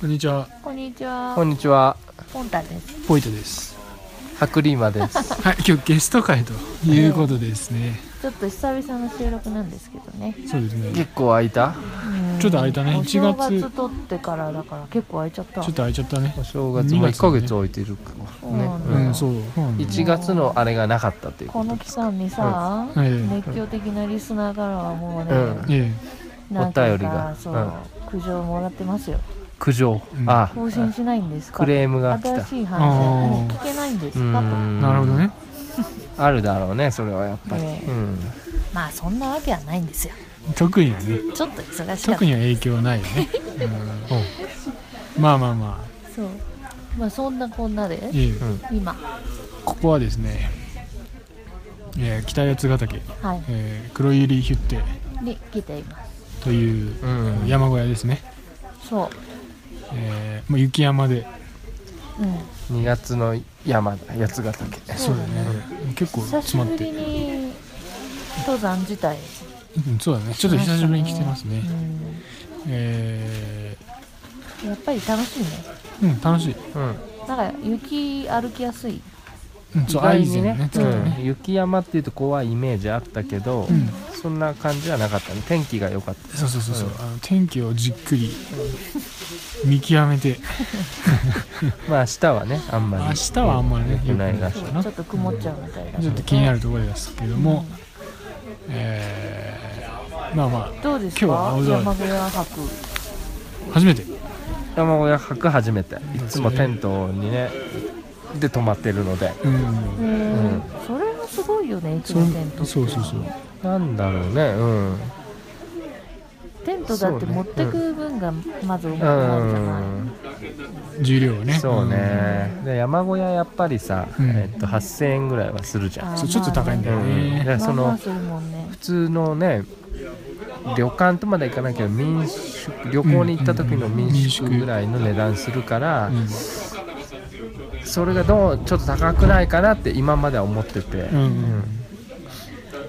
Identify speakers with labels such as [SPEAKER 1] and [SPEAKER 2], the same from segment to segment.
[SPEAKER 1] こんにちは、
[SPEAKER 2] こんにちは
[SPEAKER 3] こ。んにちは
[SPEAKER 2] ポンタです。
[SPEAKER 1] ポイトです。
[SPEAKER 3] 白リーマです
[SPEAKER 1] はい、今日ゲスト会ということですね。
[SPEAKER 2] ちょっと久々の収録なんですけどね。
[SPEAKER 1] そうですね。
[SPEAKER 3] 結構空いた
[SPEAKER 1] ちょっと空いたね
[SPEAKER 2] お
[SPEAKER 1] 1月
[SPEAKER 2] 正月取ってからだから結構空いちゃった。
[SPEAKER 1] ちょっと空いちゃったね
[SPEAKER 3] お。正月
[SPEAKER 1] 2
[SPEAKER 3] も1
[SPEAKER 1] 月だ
[SPEAKER 3] ヶ
[SPEAKER 1] ね
[SPEAKER 3] 月置いてるか
[SPEAKER 2] そう
[SPEAKER 3] ね
[SPEAKER 2] なんだ
[SPEAKER 1] うん、そう。
[SPEAKER 3] 1月のあれがなかったというこ
[SPEAKER 2] ことの
[SPEAKER 3] で
[SPEAKER 2] 期
[SPEAKER 3] す
[SPEAKER 2] 間にさ、
[SPEAKER 1] うん
[SPEAKER 2] 熱狂的なリスナーからはもうね、
[SPEAKER 3] うん
[SPEAKER 1] え
[SPEAKER 2] なんかさ
[SPEAKER 3] お便りが
[SPEAKER 2] そう、
[SPEAKER 3] う
[SPEAKER 2] 苦情もらってますよ。
[SPEAKER 3] 苦情
[SPEAKER 1] うん
[SPEAKER 3] あ
[SPEAKER 2] 更新しないんですか。
[SPEAKER 3] クレームが来
[SPEAKER 2] 新
[SPEAKER 3] た
[SPEAKER 2] しい話
[SPEAKER 1] あー
[SPEAKER 2] もう聞けないんです
[SPEAKER 3] う
[SPEAKER 2] かと。
[SPEAKER 1] え
[SPEAKER 3] ん
[SPEAKER 1] なるほどね。
[SPEAKER 3] あるだろうねそれはやっぱり
[SPEAKER 2] ね
[SPEAKER 3] うん
[SPEAKER 2] まあそんなわけはないんですよ。
[SPEAKER 1] 特にはね、
[SPEAKER 2] ちょっと忙しかった
[SPEAKER 1] 特。には影響はないよね。うんまあまあまあ、
[SPEAKER 2] そう。まあそんなこんなで
[SPEAKER 1] ええ
[SPEAKER 3] ん
[SPEAKER 2] 今
[SPEAKER 1] ここはですね、えー北八ヶ岳、
[SPEAKER 2] はい
[SPEAKER 1] えー黒百合ヒュッテ
[SPEAKER 2] に来ています。
[SPEAKER 1] という
[SPEAKER 3] うん
[SPEAKER 1] 山小屋ですね。
[SPEAKER 2] そ
[SPEAKER 1] えーまあ雪山で、
[SPEAKER 2] う。うん。
[SPEAKER 3] 2月の山だ八ヶ岳
[SPEAKER 1] そうだね。結構
[SPEAKER 2] 久し
[SPEAKER 1] 詰ま
[SPEAKER 2] ぶ
[SPEAKER 1] って
[SPEAKER 2] り。に登山自体
[SPEAKER 1] うんそうだね。ちょっと久しぶりに来てますね。
[SPEAKER 2] う
[SPEAKER 1] え
[SPEAKER 2] んやっぱり楽しいね
[SPEAKER 1] ーうん、楽しい。
[SPEAKER 3] うん
[SPEAKER 2] なんか雪歩きやすい
[SPEAKER 1] うん、そう、
[SPEAKER 3] 意
[SPEAKER 1] ア
[SPEAKER 3] 外
[SPEAKER 1] イ
[SPEAKER 3] に
[SPEAKER 1] ゼン
[SPEAKER 3] ね
[SPEAKER 1] ね、
[SPEAKER 3] う
[SPEAKER 1] 作ったね。
[SPEAKER 3] ん雪山っていうと怖いイメージあったけど
[SPEAKER 1] ん
[SPEAKER 3] そんな感じはなかったね天気が良かった
[SPEAKER 1] そうそうそうそう、あの天気をじっくり見極めて、
[SPEAKER 3] まあ明日はねあんまり
[SPEAKER 1] 明日はあんまりね
[SPEAKER 3] 良くないらし
[SPEAKER 2] そ
[SPEAKER 3] いう
[SPEAKER 1] な
[SPEAKER 2] ちょっと曇っちゃうみたいだ
[SPEAKER 1] ちょっと気になるところですけども、えー、まあま
[SPEAKER 2] どうです
[SPEAKER 1] 今日は
[SPEAKER 2] か
[SPEAKER 1] 青空
[SPEAKER 2] 山小屋博
[SPEAKER 1] あ、初めて。
[SPEAKER 3] 山小屋泊初めていつもテントにねで泊まってるので
[SPEAKER 1] うん。
[SPEAKER 2] ねそれもすごいよねいつ
[SPEAKER 1] そ
[SPEAKER 2] もテン
[SPEAKER 1] れ
[SPEAKER 2] ト
[SPEAKER 1] そうそうそう。
[SPEAKER 3] なんだろうねうん
[SPEAKER 2] テントだって
[SPEAKER 3] そうね
[SPEAKER 2] 持ってく分がまず重く
[SPEAKER 3] う
[SPEAKER 2] なるじゃない
[SPEAKER 3] ん
[SPEAKER 1] 重量をね。
[SPEAKER 3] そうねで山小屋やっぱりさ
[SPEAKER 1] うん
[SPEAKER 3] えっと8000円ぐらいはするじゃ
[SPEAKER 2] あ
[SPEAKER 3] ん
[SPEAKER 1] うん。そう、ちょっと高いんだ
[SPEAKER 3] う
[SPEAKER 1] よ
[SPEAKER 3] んだ
[SPEAKER 1] ね。
[SPEAKER 3] から
[SPEAKER 2] ま
[SPEAKER 3] そ
[SPEAKER 2] あまあ
[SPEAKER 3] の
[SPEAKER 2] するもんね
[SPEAKER 3] 普通のね旅館とまで行かなきゃ民宿旅行に行った時の民宿ぐらいの値段するから
[SPEAKER 1] うん。
[SPEAKER 3] それがどうちょっと高くないかなって今までは思ってて
[SPEAKER 1] うん。うん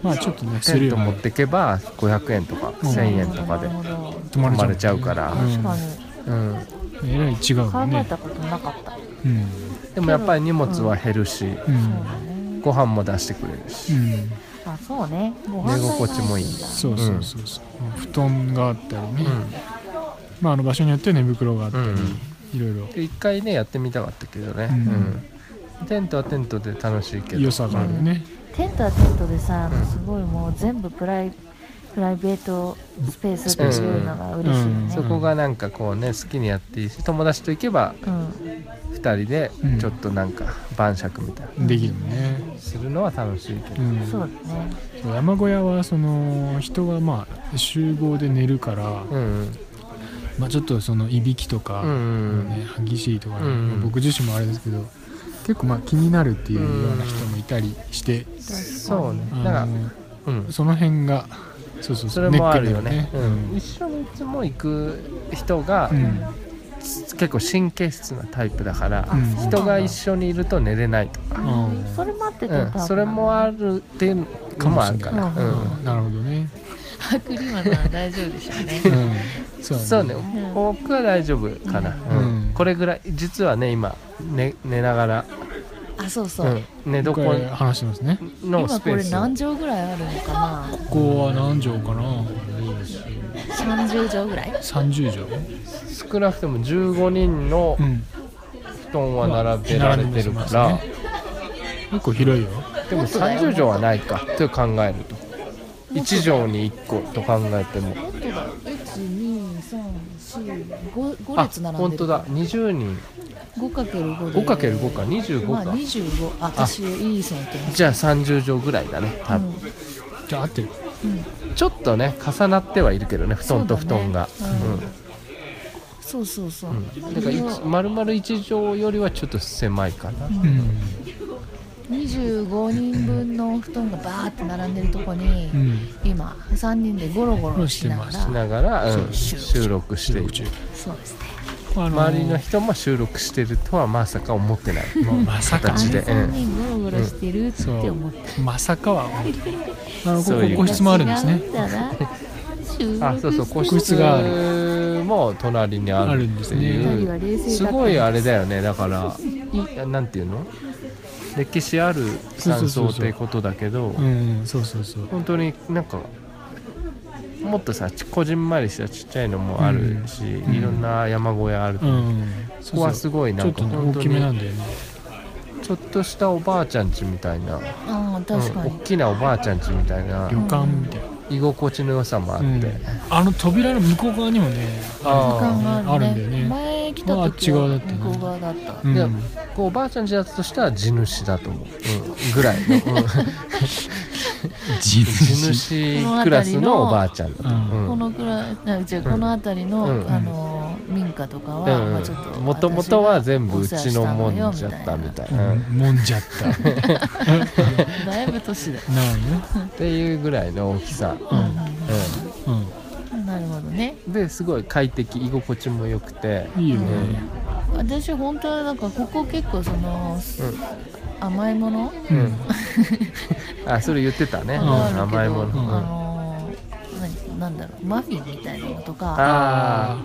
[SPEAKER 1] まあちょっとね、す
[SPEAKER 3] テ
[SPEAKER 1] る
[SPEAKER 3] ン
[SPEAKER 1] よ
[SPEAKER 3] ト
[SPEAKER 1] ね
[SPEAKER 3] 持ってけば500円とか1000円とかで
[SPEAKER 2] なるほど
[SPEAKER 1] 泊
[SPEAKER 3] 泊まれちゃうか
[SPEAKER 1] ね
[SPEAKER 3] ら
[SPEAKER 2] 確かに
[SPEAKER 3] うん
[SPEAKER 1] えらい違うもん
[SPEAKER 2] 考え
[SPEAKER 1] ね
[SPEAKER 2] たことなかった
[SPEAKER 1] うん
[SPEAKER 3] でもやっぱり荷物は減るし
[SPEAKER 1] うん
[SPEAKER 3] ご飯も出してくれるし
[SPEAKER 1] うん
[SPEAKER 2] あそうねご
[SPEAKER 3] 寝
[SPEAKER 2] 飯代が
[SPEAKER 3] 心地もい
[SPEAKER 2] 入って
[SPEAKER 3] い
[SPEAKER 2] んだ
[SPEAKER 1] そうそうそうそう、布団があったりね、
[SPEAKER 3] うん
[SPEAKER 1] まああの場所によって寝袋があったり、
[SPEAKER 3] うん
[SPEAKER 1] いろいろ
[SPEAKER 3] で一回ねやってみたかったけどね
[SPEAKER 1] うん
[SPEAKER 3] うんテントはテントで楽しいけど
[SPEAKER 1] 良さがあるよね、
[SPEAKER 2] テントはテントでさ、あのすごいもう全部プライプライベートスペースっていうのが嬉しいよね。
[SPEAKER 3] そこがなんかこうね好きにやっていいし友達と行けば
[SPEAKER 2] うん、
[SPEAKER 3] 2人で
[SPEAKER 1] うん
[SPEAKER 3] ちょっとなんか晩酌みたいな
[SPEAKER 1] できるね、
[SPEAKER 3] するのは楽しいけ
[SPEAKER 1] う
[SPEAKER 3] ど
[SPEAKER 1] ん、
[SPEAKER 2] そうだね。
[SPEAKER 1] そう山小屋はその人がまあ集合で寝るから、
[SPEAKER 3] うん
[SPEAKER 1] まあ、ちょっとそのいびきとか、
[SPEAKER 3] うんうん
[SPEAKER 1] ね、激しいとかね、
[SPEAKER 3] うんうん
[SPEAKER 1] 僕自身もあれですけど結構まあ気になるっていうような人もいたりして、
[SPEAKER 3] そうね
[SPEAKER 1] あの
[SPEAKER 3] だからうん
[SPEAKER 1] その辺がそうそう
[SPEAKER 3] そうれもあるよね
[SPEAKER 1] ネックだ
[SPEAKER 3] うん一緒にいつも行く人が、
[SPEAKER 1] うん
[SPEAKER 3] 結構神経質なタイプだから、
[SPEAKER 1] うん
[SPEAKER 3] 人が一緒にいると寝れないとか、
[SPEAKER 1] うん
[SPEAKER 2] それもあって
[SPEAKER 3] う
[SPEAKER 2] テン
[SPEAKER 3] ん
[SPEAKER 2] ト
[SPEAKER 3] それもあるっていうかもあるから、
[SPEAKER 2] う
[SPEAKER 3] うんん
[SPEAKER 1] うんなるほどね、
[SPEAKER 2] ハクリマさん大丈夫でしょうね。
[SPEAKER 1] うん、そう
[SPEAKER 3] そうね
[SPEAKER 2] ん
[SPEAKER 3] 僕は大丈夫かな、うん
[SPEAKER 1] うん
[SPEAKER 3] これぐらい実はね今寝寝ながら、
[SPEAKER 2] あ、そうそうう。
[SPEAKER 3] ん、寝
[SPEAKER 1] こ
[SPEAKER 3] 床
[SPEAKER 1] れ話してますね
[SPEAKER 3] の
[SPEAKER 2] 今
[SPEAKER 3] ス
[SPEAKER 2] こ
[SPEAKER 3] ペー
[SPEAKER 2] れ
[SPEAKER 3] ス
[SPEAKER 2] 何畳ぐらいあるのかな。
[SPEAKER 1] ここは何畳かな
[SPEAKER 2] 三十畳ぐらい。
[SPEAKER 1] 30畳
[SPEAKER 3] 少なくとも15人の
[SPEAKER 1] うん
[SPEAKER 3] 布団は並べられてるから、
[SPEAKER 1] 並結構広いよ
[SPEAKER 3] でも30畳はないかと考えると1畳に1個と考えても
[SPEAKER 4] 本当だ。一二三四五五
[SPEAKER 3] あ
[SPEAKER 4] 列並んでる。
[SPEAKER 3] 本当だ。20人
[SPEAKER 4] 五かける五で。
[SPEAKER 3] 5×5 か25
[SPEAKER 4] まあ
[SPEAKER 3] か
[SPEAKER 4] 二十五。あ私いい線いってます。
[SPEAKER 3] じゃあ30畳ぐらいだね多分、
[SPEAKER 1] じゃあ合ってる
[SPEAKER 3] ちょっとね重なってはいるけどね布団と布団がう,、
[SPEAKER 4] そうそうそう。
[SPEAKER 3] んだからいち丸々1畳よりはちょっと狭いかな、
[SPEAKER 1] うん
[SPEAKER 4] 二十五人分の布団がバーって並んでるとこに、
[SPEAKER 1] うん
[SPEAKER 4] 今三人でゴロゴロしなが
[SPEAKER 1] して
[SPEAKER 3] し
[SPEAKER 4] ら。
[SPEAKER 3] ながら、うん、
[SPEAKER 4] 収録
[SPEAKER 3] 収録してい
[SPEAKER 1] 収
[SPEAKER 3] る
[SPEAKER 4] そうですね。
[SPEAKER 1] あのー
[SPEAKER 3] 周りの人も収録してるとはまさか思ってない
[SPEAKER 1] まさか
[SPEAKER 4] あ
[SPEAKER 3] 形
[SPEAKER 4] れ
[SPEAKER 3] で
[SPEAKER 4] 三人ゴロゴロしてるって
[SPEAKER 1] そ
[SPEAKER 4] 思っ
[SPEAKER 1] う
[SPEAKER 4] て。
[SPEAKER 1] まさかは思ってあのこ
[SPEAKER 3] そういう
[SPEAKER 1] こ個室もあるんですね
[SPEAKER 4] 違うんだな。
[SPEAKER 3] あそうそう個
[SPEAKER 4] 収録して
[SPEAKER 3] 室
[SPEAKER 1] 室がある
[SPEAKER 3] もも隣にあるってい
[SPEAKER 1] あ
[SPEAKER 2] 二
[SPEAKER 1] るん
[SPEAKER 2] 人は
[SPEAKER 3] う
[SPEAKER 2] 冷静
[SPEAKER 3] す
[SPEAKER 2] だったんです
[SPEAKER 3] ごいあれだよねだからいなんていうの歴史ある山荘ってことだけど
[SPEAKER 1] うん、そうそうそう
[SPEAKER 3] 本当になんかもっとさちこじんまりしたちっちゃいのもあるし、
[SPEAKER 1] ん
[SPEAKER 3] いろんな山小屋ある、
[SPEAKER 1] うん
[SPEAKER 3] そこはすごいな
[SPEAKER 1] ちょ
[SPEAKER 3] ん
[SPEAKER 1] っ
[SPEAKER 3] か
[SPEAKER 1] とね
[SPEAKER 3] 本
[SPEAKER 1] 大
[SPEAKER 3] 当
[SPEAKER 1] きめな
[SPEAKER 3] に
[SPEAKER 1] んだよね
[SPEAKER 3] ちょっとしたおばあちゃんちみたいな、
[SPEAKER 4] ああ確か
[SPEAKER 3] う
[SPEAKER 4] に
[SPEAKER 3] ん大きなおばあちゃんちみたいな
[SPEAKER 1] 旅館みたいな、
[SPEAKER 3] 居心地の良さもあって、
[SPEAKER 1] うんあの扉の向こう側にもね
[SPEAKER 4] 時間
[SPEAKER 3] あ
[SPEAKER 4] があ
[SPEAKER 1] ある
[SPEAKER 4] る
[SPEAKER 1] んだよ
[SPEAKER 4] ね
[SPEAKER 1] ね
[SPEAKER 4] 前来た
[SPEAKER 1] まああっち
[SPEAKER 4] 時
[SPEAKER 1] 側だ
[SPEAKER 4] は
[SPEAKER 1] ったね
[SPEAKER 4] 向こう側だった
[SPEAKER 1] う
[SPEAKER 3] あ
[SPEAKER 1] ん
[SPEAKER 3] でこうおばあちゃんちだったとしたら地主だと思う、うん、ぐらいの、うん
[SPEAKER 1] 地
[SPEAKER 3] 地主クラスのおばあちゃんだと思う、うん
[SPEAKER 4] このくらいなじゃあこの辺り
[SPEAKER 3] うん
[SPEAKER 4] のあの民家とかは
[SPEAKER 3] うん
[SPEAKER 4] まあちょっと
[SPEAKER 3] もともとは全部う
[SPEAKER 4] 私が
[SPEAKER 3] ちのもんじゃったみたいな、うん
[SPEAKER 1] もんじゃった
[SPEAKER 4] だいぶ年だ
[SPEAKER 1] なる
[SPEAKER 3] っていうぐらいの大きさ、
[SPEAKER 1] ほどねうん、
[SPEAKER 4] なるほどね
[SPEAKER 3] うん、ですごい快適居心地も良くて、
[SPEAKER 1] うん、いいよ
[SPEAKER 3] う
[SPEAKER 1] ね、
[SPEAKER 3] ん
[SPEAKER 4] 私本当はなんかここ結構その、甘いもの
[SPEAKER 1] うん
[SPEAKER 3] あそれ言ってたね、
[SPEAKER 4] があるけど、
[SPEAKER 3] 甘いもの、うん
[SPEAKER 4] あのーななんだろうマフィンみたいなのとか
[SPEAKER 3] あ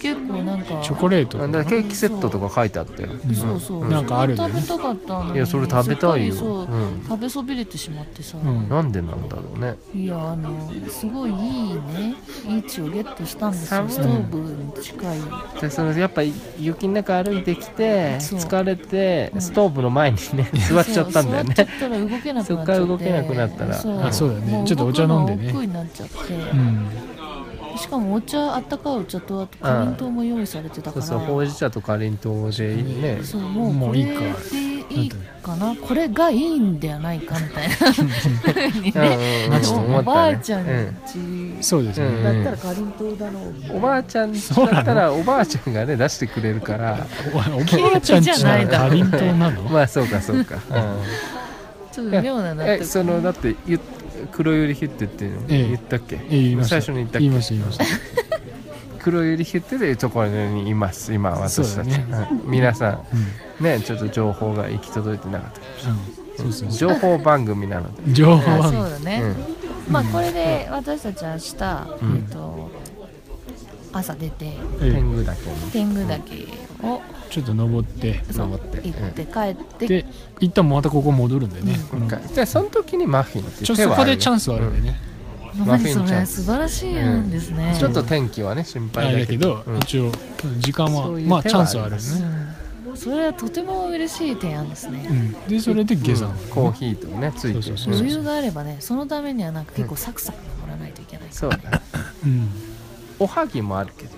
[SPEAKER 4] 結構なんか
[SPEAKER 1] チョコレート
[SPEAKER 3] あなんだケーキセットとか書いてあったよ、うん
[SPEAKER 4] そうそう、
[SPEAKER 1] なんかあるんだ
[SPEAKER 4] 食
[SPEAKER 1] よね
[SPEAKER 4] べたかったのに
[SPEAKER 3] いやそれ食べたいよ
[SPEAKER 4] すっかりそう、
[SPEAKER 3] うん
[SPEAKER 4] 食べそびれてしまってさ、
[SPEAKER 1] うん
[SPEAKER 3] なんでなんだろうね
[SPEAKER 4] いやあのすごいいいね位置をゲットしたんです
[SPEAKER 3] 寒
[SPEAKER 4] よ
[SPEAKER 3] い
[SPEAKER 4] ストーブに近い
[SPEAKER 3] でそのやっぱ雪の中歩いてきて
[SPEAKER 4] そう
[SPEAKER 3] 疲れてストーブの前にね座っちゃったんだよ
[SPEAKER 4] そう座っ
[SPEAKER 3] ね
[SPEAKER 4] ちゃったら動けなくなっちゃって
[SPEAKER 3] そっから動けなくなったら
[SPEAKER 1] あそうだよね
[SPEAKER 4] も
[SPEAKER 1] ちょっとお茶飲んでね
[SPEAKER 4] 動くのが億劫になっちゃって、
[SPEAKER 1] うん
[SPEAKER 4] しかもお茶あったかいお茶とあとかりんとうも用意されてた
[SPEAKER 3] そ
[SPEAKER 4] か
[SPEAKER 3] う
[SPEAKER 4] ら
[SPEAKER 3] そうほうじ茶とかりんとうでね
[SPEAKER 4] そうもう
[SPEAKER 1] も
[SPEAKER 4] こ
[SPEAKER 1] うい
[SPEAKER 4] れ
[SPEAKER 1] い
[SPEAKER 4] で
[SPEAKER 1] か
[SPEAKER 4] いいかなこれがいいんではないかみたいなふうに
[SPEAKER 3] うんうん
[SPEAKER 4] ね
[SPEAKER 3] うん
[SPEAKER 1] マジで
[SPEAKER 3] 思
[SPEAKER 4] お
[SPEAKER 3] った
[SPEAKER 4] ばあ
[SPEAKER 3] ね
[SPEAKER 4] ちゃん
[SPEAKER 3] うん
[SPEAKER 4] ち
[SPEAKER 1] そうですね、
[SPEAKER 3] うん
[SPEAKER 1] うん
[SPEAKER 4] だったらかりんとうだろう
[SPEAKER 3] おばあちゃんだったらおばあちゃんがね出してくれるから
[SPEAKER 1] おばあちゃんちのかりんとうなの、
[SPEAKER 3] まあそうかそうか、
[SPEAKER 4] ちょっと妙な
[SPEAKER 3] うん
[SPEAKER 4] なって
[SPEAKER 3] えそのだってゆ黒ゆりヒュッテっていうの
[SPEAKER 1] ええ
[SPEAKER 3] 言ったっけ、
[SPEAKER 1] え言い ました
[SPEAKER 3] 最初に言ったっ
[SPEAKER 1] 言いま
[SPEAKER 3] け
[SPEAKER 1] した言いました
[SPEAKER 3] 黒ゆりヒュッテというところにいます今私たち、
[SPEAKER 1] そうだ
[SPEAKER 3] うん皆さんねちょっと情報が行き届いてなかった
[SPEAKER 1] うん、そうそうそ
[SPEAKER 3] 情報番組なので
[SPEAKER 1] う情報
[SPEAKER 4] あ
[SPEAKER 1] は
[SPEAKER 4] そうだね、まあこれで私たちは明日、
[SPEAKER 3] ん
[SPEAKER 4] えっと朝出て
[SPEAKER 1] ええ
[SPEAKER 3] 天狗だけに
[SPEAKER 4] 天狗岳を
[SPEAKER 1] ちょっと登って
[SPEAKER 4] そう
[SPEAKER 3] 登って
[SPEAKER 4] 行って帰って
[SPEAKER 1] で一旦またここ戻るんだよね、この
[SPEAKER 3] じゃあその時にマフィンって
[SPEAKER 1] ちょ
[SPEAKER 3] 手
[SPEAKER 1] そ
[SPEAKER 3] は
[SPEAKER 1] こ
[SPEAKER 3] あるよ
[SPEAKER 1] でチャンスはあるんだよね、
[SPEAKER 3] マ
[SPEAKER 4] 何
[SPEAKER 3] フィン
[SPEAKER 4] そ
[SPEAKER 3] ちゃん
[SPEAKER 4] れ素晴らしいんですね、
[SPEAKER 3] ちょっと天気はね心
[SPEAKER 1] あれ
[SPEAKER 3] 配だ
[SPEAKER 1] だ
[SPEAKER 3] け
[SPEAKER 1] け
[SPEAKER 3] ど
[SPEAKER 1] ど、一応時間は
[SPEAKER 3] そういう手
[SPEAKER 1] ま
[SPEAKER 3] は
[SPEAKER 1] あチャンスはあるよね、
[SPEAKER 4] それはとても嬉しい提案ですね、
[SPEAKER 1] うん、でそれで下山、
[SPEAKER 3] コーヒーとねついてる
[SPEAKER 1] そうそう
[SPEAKER 4] 余裕があればねそのためにはなんか結構サクサク登らないといけない、
[SPEAKER 3] そうだね
[SPEAKER 1] うん
[SPEAKER 3] おはぎもあるけど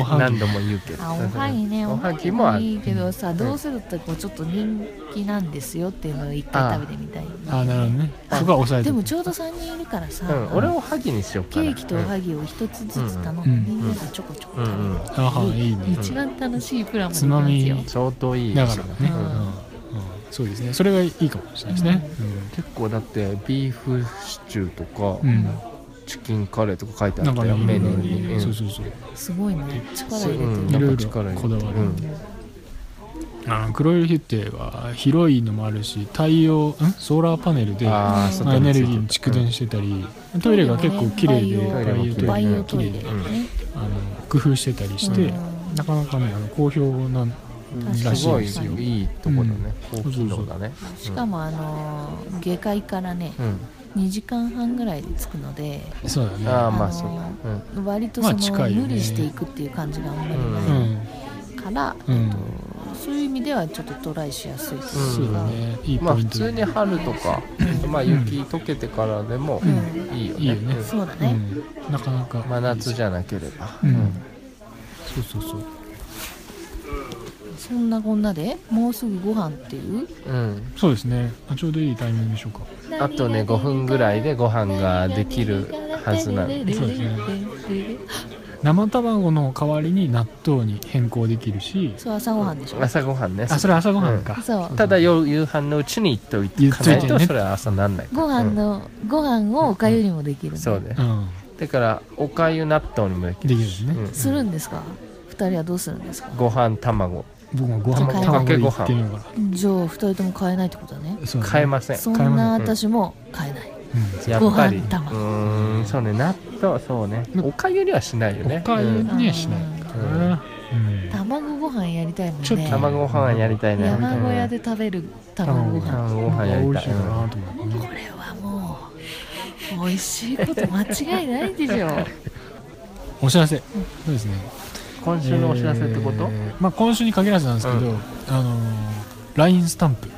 [SPEAKER 1] おは
[SPEAKER 3] 何
[SPEAKER 1] ぎ
[SPEAKER 3] 度も言うけど
[SPEAKER 4] あおはぎね
[SPEAKER 3] お
[SPEAKER 4] お
[SPEAKER 3] は
[SPEAKER 4] は
[SPEAKER 3] ぎ
[SPEAKER 4] ぎ
[SPEAKER 3] もあ
[SPEAKER 4] も
[SPEAKER 3] る
[SPEAKER 4] いいけどさ、どうせだったらこうちょっと人気なんですよっていうのを一
[SPEAKER 3] ああ
[SPEAKER 4] 回食べてみたい
[SPEAKER 1] あなるほどねそこは抑えて
[SPEAKER 4] で
[SPEAKER 1] る
[SPEAKER 4] もちょうど3人いるからさ、
[SPEAKER 3] うん、俺おはぎにしようか
[SPEAKER 4] ケ
[SPEAKER 3] な
[SPEAKER 4] ーキとおはぎを一つずつ頼んで、
[SPEAKER 1] うん
[SPEAKER 4] みんながちょこちょこ
[SPEAKER 3] う
[SPEAKER 4] 食
[SPEAKER 3] んうん
[SPEAKER 1] あはいい
[SPEAKER 4] べる、
[SPEAKER 1] ね
[SPEAKER 4] 一番楽しいプランもで
[SPEAKER 1] つ
[SPEAKER 4] き
[SPEAKER 1] ま
[SPEAKER 4] ま
[SPEAKER 1] み
[SPEAKER 4] すよ
[SPEAKER 3] ちょうどいい
[SPEAKER 1] だか
[SPEAKER 3] そ
[SPEAKER 1] ら
[SPEAKER 3] れ
[SPEAKER 1] ね、
[SPEAKER 3] う
[SPEAKER 1] うんんうんそうですねそれがいいかもしれないですね
[SPEAKER 3] 結構だってビーフシチューとか、
[SPEAKER 1] うん、うん
[SPEAKER 3] チキンカレーとか書いてあ
[SPEAKER 1] な
[SPEAKER 3] っ
[SPEAKER 1] んか
[SPEAKER 3] たよメニューに、
[SPEAKER 1] ねそうそうそう
[SPEAKER 4] すごいね力入れて
[SPEAKER 3] う
[SPEAKER 4] る、
[SPEAKER 3] ん
[SPEAKER 1] いろいろ
[SPEAKER 3] なんか力入れて
[SPEAKER 1] こだわる
[SPEAKER 3] うん
[SPEAKER 1] あの黒いヒュッテは広いのもあるし太陽んソーラーパネルで
[SPEAKER 3] あー
[SPEAKER 1] まあエネルギーに蓄電してたり、トイレが結構綺麗で
[SPEAKER 4] ト
[SPEAKER 3] イレもね
[SPEAKER 1] バ
[SPEAKER 4] バ
[SPEAKER 1] イ
[SPEAKER 4] イ
[SPEAKER 1] オ
[SPEAKER 4] オ
[SPEAKER 1] ト
[SPEAKER 4] ト
[SPEAKER 1] イレ
[SPEAKER 4] イ
[SPEAKER 1] が綺麗
[SPEAKER 4] レ
[SPEAKER 1] で
[SPEAKER 4] だね、
[SPEAKER 1] あの工夫してたりして、
[SPEAKER 4] うん
[SPEAKER 1] なかなかねあの好評なん
[SPEAKER 4] 確か
[SPEAKER 1] ら
[SPEAKER 4] に
[SPEAKER 1] し
[SPEAKER 3] す
[SPEAKER 1] いん
[SPEAKER 3] ご
[SPEAKER 1] で
[SPEAKER 3] い
[SPEAKER 1] すよ、
[SPEAKER 3] いいとこだね、高機能だね
[SPEAKER 4] しかもあのー下界からね、
[SPEAKER 3] うん、
[SPEAKER 4] 2時間半ぐらいで着くので
[SPEAKER 1] そうだね
[SPEAKER 3] ああ
[SPEAKER 4] のー
[SPEAKER 3] まあそうだ、うん
[SPEAKER 4] 割とそ
[SPEAKER 1] まあ
[SPEAKER 4] の、
[SPEAKER 1] 近いよね
[SPEAKER 4] 無理していくっていう感じがあんまり
[SPEAKER 1] う、
[SPEAKER 4] なんいから、
[SPEAKER 1] うん
[SPEAKER 4] そういう意味ではちょっとトライしやすいです、
[SPEAKER 1] そうだねいい
[SPEAKER 3] まあ
[SPEAKER 1] ポイ
[SPEAKER 3] 普
[SPEAKER 1] ント
[SPEAKER 3] 通に春とか、まあ雪溶けてからでもいいよね,うん、
[SPEAKER 1] いいよね
[SPEAKER 4] そうだ
[SPEAKER 1] う
[SPEAKER 4] ね、
[SPEAKER 1] ん、なかなか
[SPEAKER 3] 真夏じゃなければ、
[SPEAKER 1] うん、そうそうそう
[SPEAKER 4] そんなこんなでもうすぐご飯っていう
[SPEAKER 3] うん、
[SPEAKER 1] そうですねあちょうどいいタイミングでしょうか
[SPEAKER 3] あとね5分ぐらいでご飯ができるはずなので
[SPEAKER 1] そうですね生卵の代わりに納豆に変更できるし
[SPEAKER 4] そう朝ごはんでしょ、
[SPEAKER 3] 朝ごはんね
[SPEAKER 1] あそれ朝ごはんか、
[SPEAKER 4] そう
[SPEAKER 3] ただ夜夕飯のうちに行っといていかない
[SPEAKER 1] 言
[SPEAKER 3] と
[SPEAKER 1] っといてね
[SPEAKER 3] それは朝なんない
[SPEAKER 4] ご飯の、ご飯をおかゆにもできる、ね
[SPEAKER 3] そうね
[SPEAKER 1] うん、
[SPEAKER 3] だからおかゆ納豆にもでき
[SPEAKER 1] でき
[SPEAKER 3] る
[SPEAKER 1] るんですね、
[SPEAKER 3] うん
[SPEAKER 4] するんですか2人はどうするんですか
[SPEAKER 3] ご飯卵
[SPEAKER 1] 僕もご飯
[SPEAKER 4] 卵
[SPEAKER 1] 卵
[SPEAKER 3] かけご飯
[SPEAKER 1] 行ってみようか
[SPEAKER 4] じゃあ2人とも買えないってことだね
[SPEAKER 1] なそうだね
[SPEAKER 3] 買えません
[SPEAKER 4] そん
[SPEAKER 1] 買えま
[SPEAKER 4] な
[SPEAKER 1] せん
[SPEAKER 4] 私も買えない
[SPEAKER 3] やっぱり
[SPEAKER 2] ご飯
[SPEAKER 3] う
[SPEAKER 2] 玉
[SPEAKER 3] ーんそうね納豆そうねおかゆにはしないよ
[SPEAKER 1] お
[SPEAKER 3] ね
[SPEAKER 1] か
[SPEAKER 3] う
[SPEAKER 1] ゆ
[SPEAKER 3] ん
[SPEAKER 1] にはしないかな、うん
[SPEAKER 4] 卵ご飯やりたいもんね
[SPEAKER 1] ちょっと
[SPEAKER 3] 卵ご飯やりたいな
[SPEAKER 4] 山小屋で食べる卵ご飯
[SPEAKER 3] 卵
[SPEAKER 1] な
[SPEAKER 3] ご
[SPEAKER 1] んか
[SPEAKER 3] 飯や
[SPEAKER 1] 美
[SPEAKER 3] り
[SPEAKER 1] 味
[SPEAKER 3] たい
[SPEAKER 1] しいかなと思ってね
[SPEAKER 4] これはもう美味しいこと間違いないで しょ
[SPEAKER 1] お知らせそうですね
[SPEAKER 3] 今週のお知らせってこと、
[SPEAKER 1] えーまあ、今週に限らずなんですけど、
[SPEAKER 3] う
[SPEAKER 1] あのー LINE スタンプ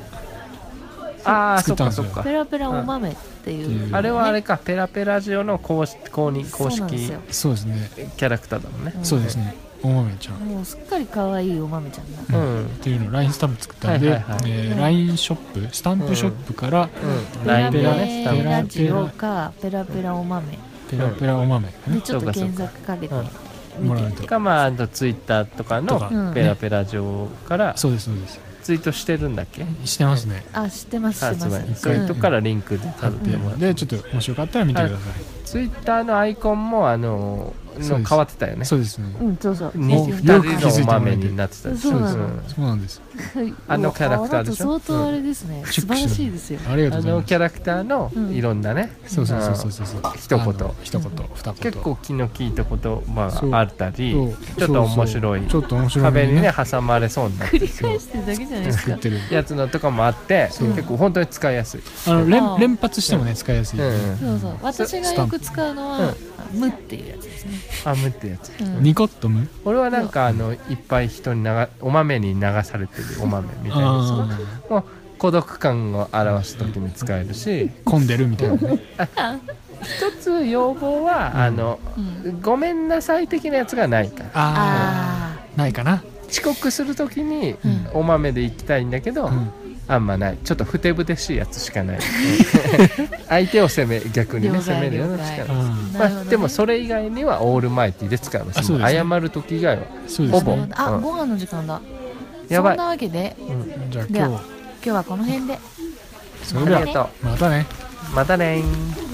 [SPEAKER 3] ああ
[SPEAKER 1] 作
[SPEAKER 3] そ
[SPEAKER 1] っ
[SPEAKER 3] った
[SPEAKER 1] んです
[SPEAKER 3] かそ
[SPEAKER 1] よ
[SPEAKER 2] ペラ
[SPEAKER 3] っか
[SPEAKER 2] ペラお豆っていう、
[SPEAKER 3] あれはあれかペラペラジオの公式公認公
[SPEAKER 2] そうなんで
[SPEAKER 3] 式
[SPEAKER 2] すよ
[SPEAKER 1] そうですね、
[SPEAKER 3] キャラクターだもんね
[SPEAKER 1] そうですねお豆ちゃんっ
[SPEAKER 2] もうすっかり可愛いお豆ちゃんだ
[SPEAKER 3] うん、
[SPEAKER 1] ていうのを LINE スタンプ作ったんで、
[SPEAKER 3] はいはいはい
[SPEAKER 1] えー LINE ショップスタンプショップから
[SPEAKER 3] うん、
[SPEAKER 2] ペラ
[SPEAKER 3] LINE
[SPEAKER 2] ペ
[SPEAKER 3] で
[SPEAKER 2] ラ
[SPEAKER 3] ね
[SPEAKER 1] ス
[SPEAKER 3] ス
[SPEAKER 1] タン
[SPEAKER 3] タ
[SPEAKER 1] プ
[SPEAKER 3] ンプ
[SPEAKER 2] ラジオかペラペラお豆
[SPEAKER 1] ペラペラお豆、
[SPEAKER 2] でちょっと
[SPEAKER 3] そうかそうか
[SPEAKER 2] 検索かけて
[SPEAKER 3] うん
[SPEAKER 1] もらえると
[SPEAKER 3] かまああとツイッターとか
[SPEAKER 1] と
[SPEAKER 3] の
[SPEAKER 1] か
[SPEAKER 2] うん
[SPEAKER 3] ペラペラ上から
[SPEAKER 1] そうですそうです
[SPEAKER 3] ツイートしてるんだっけ
[SPEAKER 1] してますね
[SPEAKER 2] あ知ってます知っ
[SPEAKER 3] あ
[SPEAKER 2] て
[SPEAKER 3] つまり
[SPEAKER 2] ます
[SPEAKER 3] そういうとこからリンクで
[SPEAKER 1] 買
[SPEAKER 3] 貼っ
[SPEAKER 1] ってて
[SPEAKER 3] もらって
[SPEAKER 1] でちょっともしよかったら見てください
[SPEAKER 3] ツイッターのアイコンもあの
[SPEAKER 1] そう
[SPEAKER 3] の
[SPEAKER 1] です
[SPEAKER 3] 変わってたよね
[SPEAKER 1] そうですね
[SPEAKER 2] うん、うんそうそう
[SPEAKER 3] に
[SPEAKER 1] お
[SPEAKER 3] 二
[SPEAKER 1] よ
[SPEAKER 3] 人
[SPEAKER 1] く気づいて
[SPEAKER 3] の
[SPEAKER 1] もらえて
[SPEAKER 3] お豆になってたでしょ
[SPEAKER 2] そうな
[SPEAKER 1] そ
[SPEAKER 2] の
[SPEAKER 1] うそうなんです
[SPEAKER 3] あのキャラクターでしょ
[SPEAKER 2] あなた相当あれですね、
[SPEAKER 1] ん
[SPEAKER 2] 素晴らしいですよ
[SPEAKER 1] ありがと
[SPEAKER 3] あ
[SPEAKER 1] うござい
[SPEAKER 3] の
[SPEAKER 1] ます
[SPEAKER 3] キャラクターのいろんなね、
[SPEAKER 1] そうそうそうそうそうそう
[SPEAKER 3] 一言
[SPEAKER 1] あの一言二言
[SPEAKER 3] 結構気の利いた言葉
[SPEAKER 1] そう
[SPEAKER 3] があったり
[SPEAKER 1] そう
[SPEAKER 3] ちょっと面白い
[SPEAKER 1] そうそうちょっと面白い
[SPEAKER 3] 壁にね挟まれそうになって
[SPEAKER 4] 繰り返してるだけじゃないです
[SPEAKER 1] 作
[SPEAKER 4] か
[SPEAKER 1] ってる
[SPEAKER 3] やつのとかもあって
[SPEAKER 1] そう
[SPEAKER 3] 結構本当に使いやすい、
[SPEAKER 1] あの
[SPEAKER 4] あ
[SPEAKER 1] 連
[SPEAKER 4] ー
[SPEAKER 1] 連発してもね使いやすい
[SPEAKER 3] うん
[SPEAKER 4] そうそう私がよく使うの
[SPEAKER 3] うん
[SPEAKER 4] は「無」っていうやつですね、
[SPEAKER 3] あむってやつ
[SPEAKER 4] うん
[SPEAKER 1] ニコッとむ
[SPEAKER 3] 俺はなんかあのいっぱい人に流お豆に流されてるお豆みたいな
[SPEAKER 1] あ
[SPEAKER 3] やつもう孤独感を表す時に使えるし
[SPEAKER 1] ー混んでるみたいなね
[SPEAKER 3] 一つ要望は、あのごめんなさい的なやつがないから
[SPEAKER 1] あ
[SPEAKER 2] あ
[SPEAKER 1] ーないかな
[SPEAKER 3] 遅刻する時に
[SPEAKER 1] ん
[SPEAKER 3] お豆で行きたいんだけど、
[SPEAKER 1] ん
[SPEAKER 3] あんまないちょっとふてぶてしいやつしか ない相手を攻め逆にね
[SPEAKER 4] 了
[SPEAKER 3] 攻
[SPEAKER 4] 解
[SPEAKER 3] めるようなしか
[SPEAKER 1] う
[SPEAKER 3] な
[SPEAKER 1] ん
[SPEAKER 3] い、
[SPEAKER 4] なるほ
[SPEAKER 3] ま
[SPEAKER 4] ど
[SPEAKER 3] あ、
[SPEAKER 4] ね
[SPEAKER 3] でもそれ以外にはオールマイティで使いま
[SPEAKER 1] あ
[SPEAKER 3] す
[SPEAKER 1] そうですね
[SPEAKER 3] 謝る時以外は
[SPEAKER 1] そうで
[SPEAKER 3] ほ
[SPEAKER 1] す
[SPEAKER 3] ぼ
[SPEAKER 1] ね
[SPEAKER 4] なるほど
[SPEAKER 3] う
[SPEAKER 4] あ
[SPEAKER 3] ん
[SPEAKER 4] ご飯の時間だ
[SPEAKER 3] やば
[SPEAKER 4] そん
[SPEAKER 3] い
[SPEAKER 4] なわけで
[SPEAKER 1] じゃあ
[SPEAKER 4] で
[SPEAKER 1] 今
[SPEAKER 4] は今日はこの辺で
[SPEAKER 1] 日
[SPEAKER 3] あ
[SPEAKER 1] それ
[SPEAKER 3] り
[SPEAKER 1] で
[SPEAKER 3] が
[SPEAKER 1] は
[SPEAKER 3] とう
[SPEAKER 1] またね
[SPEAKER 3] またねー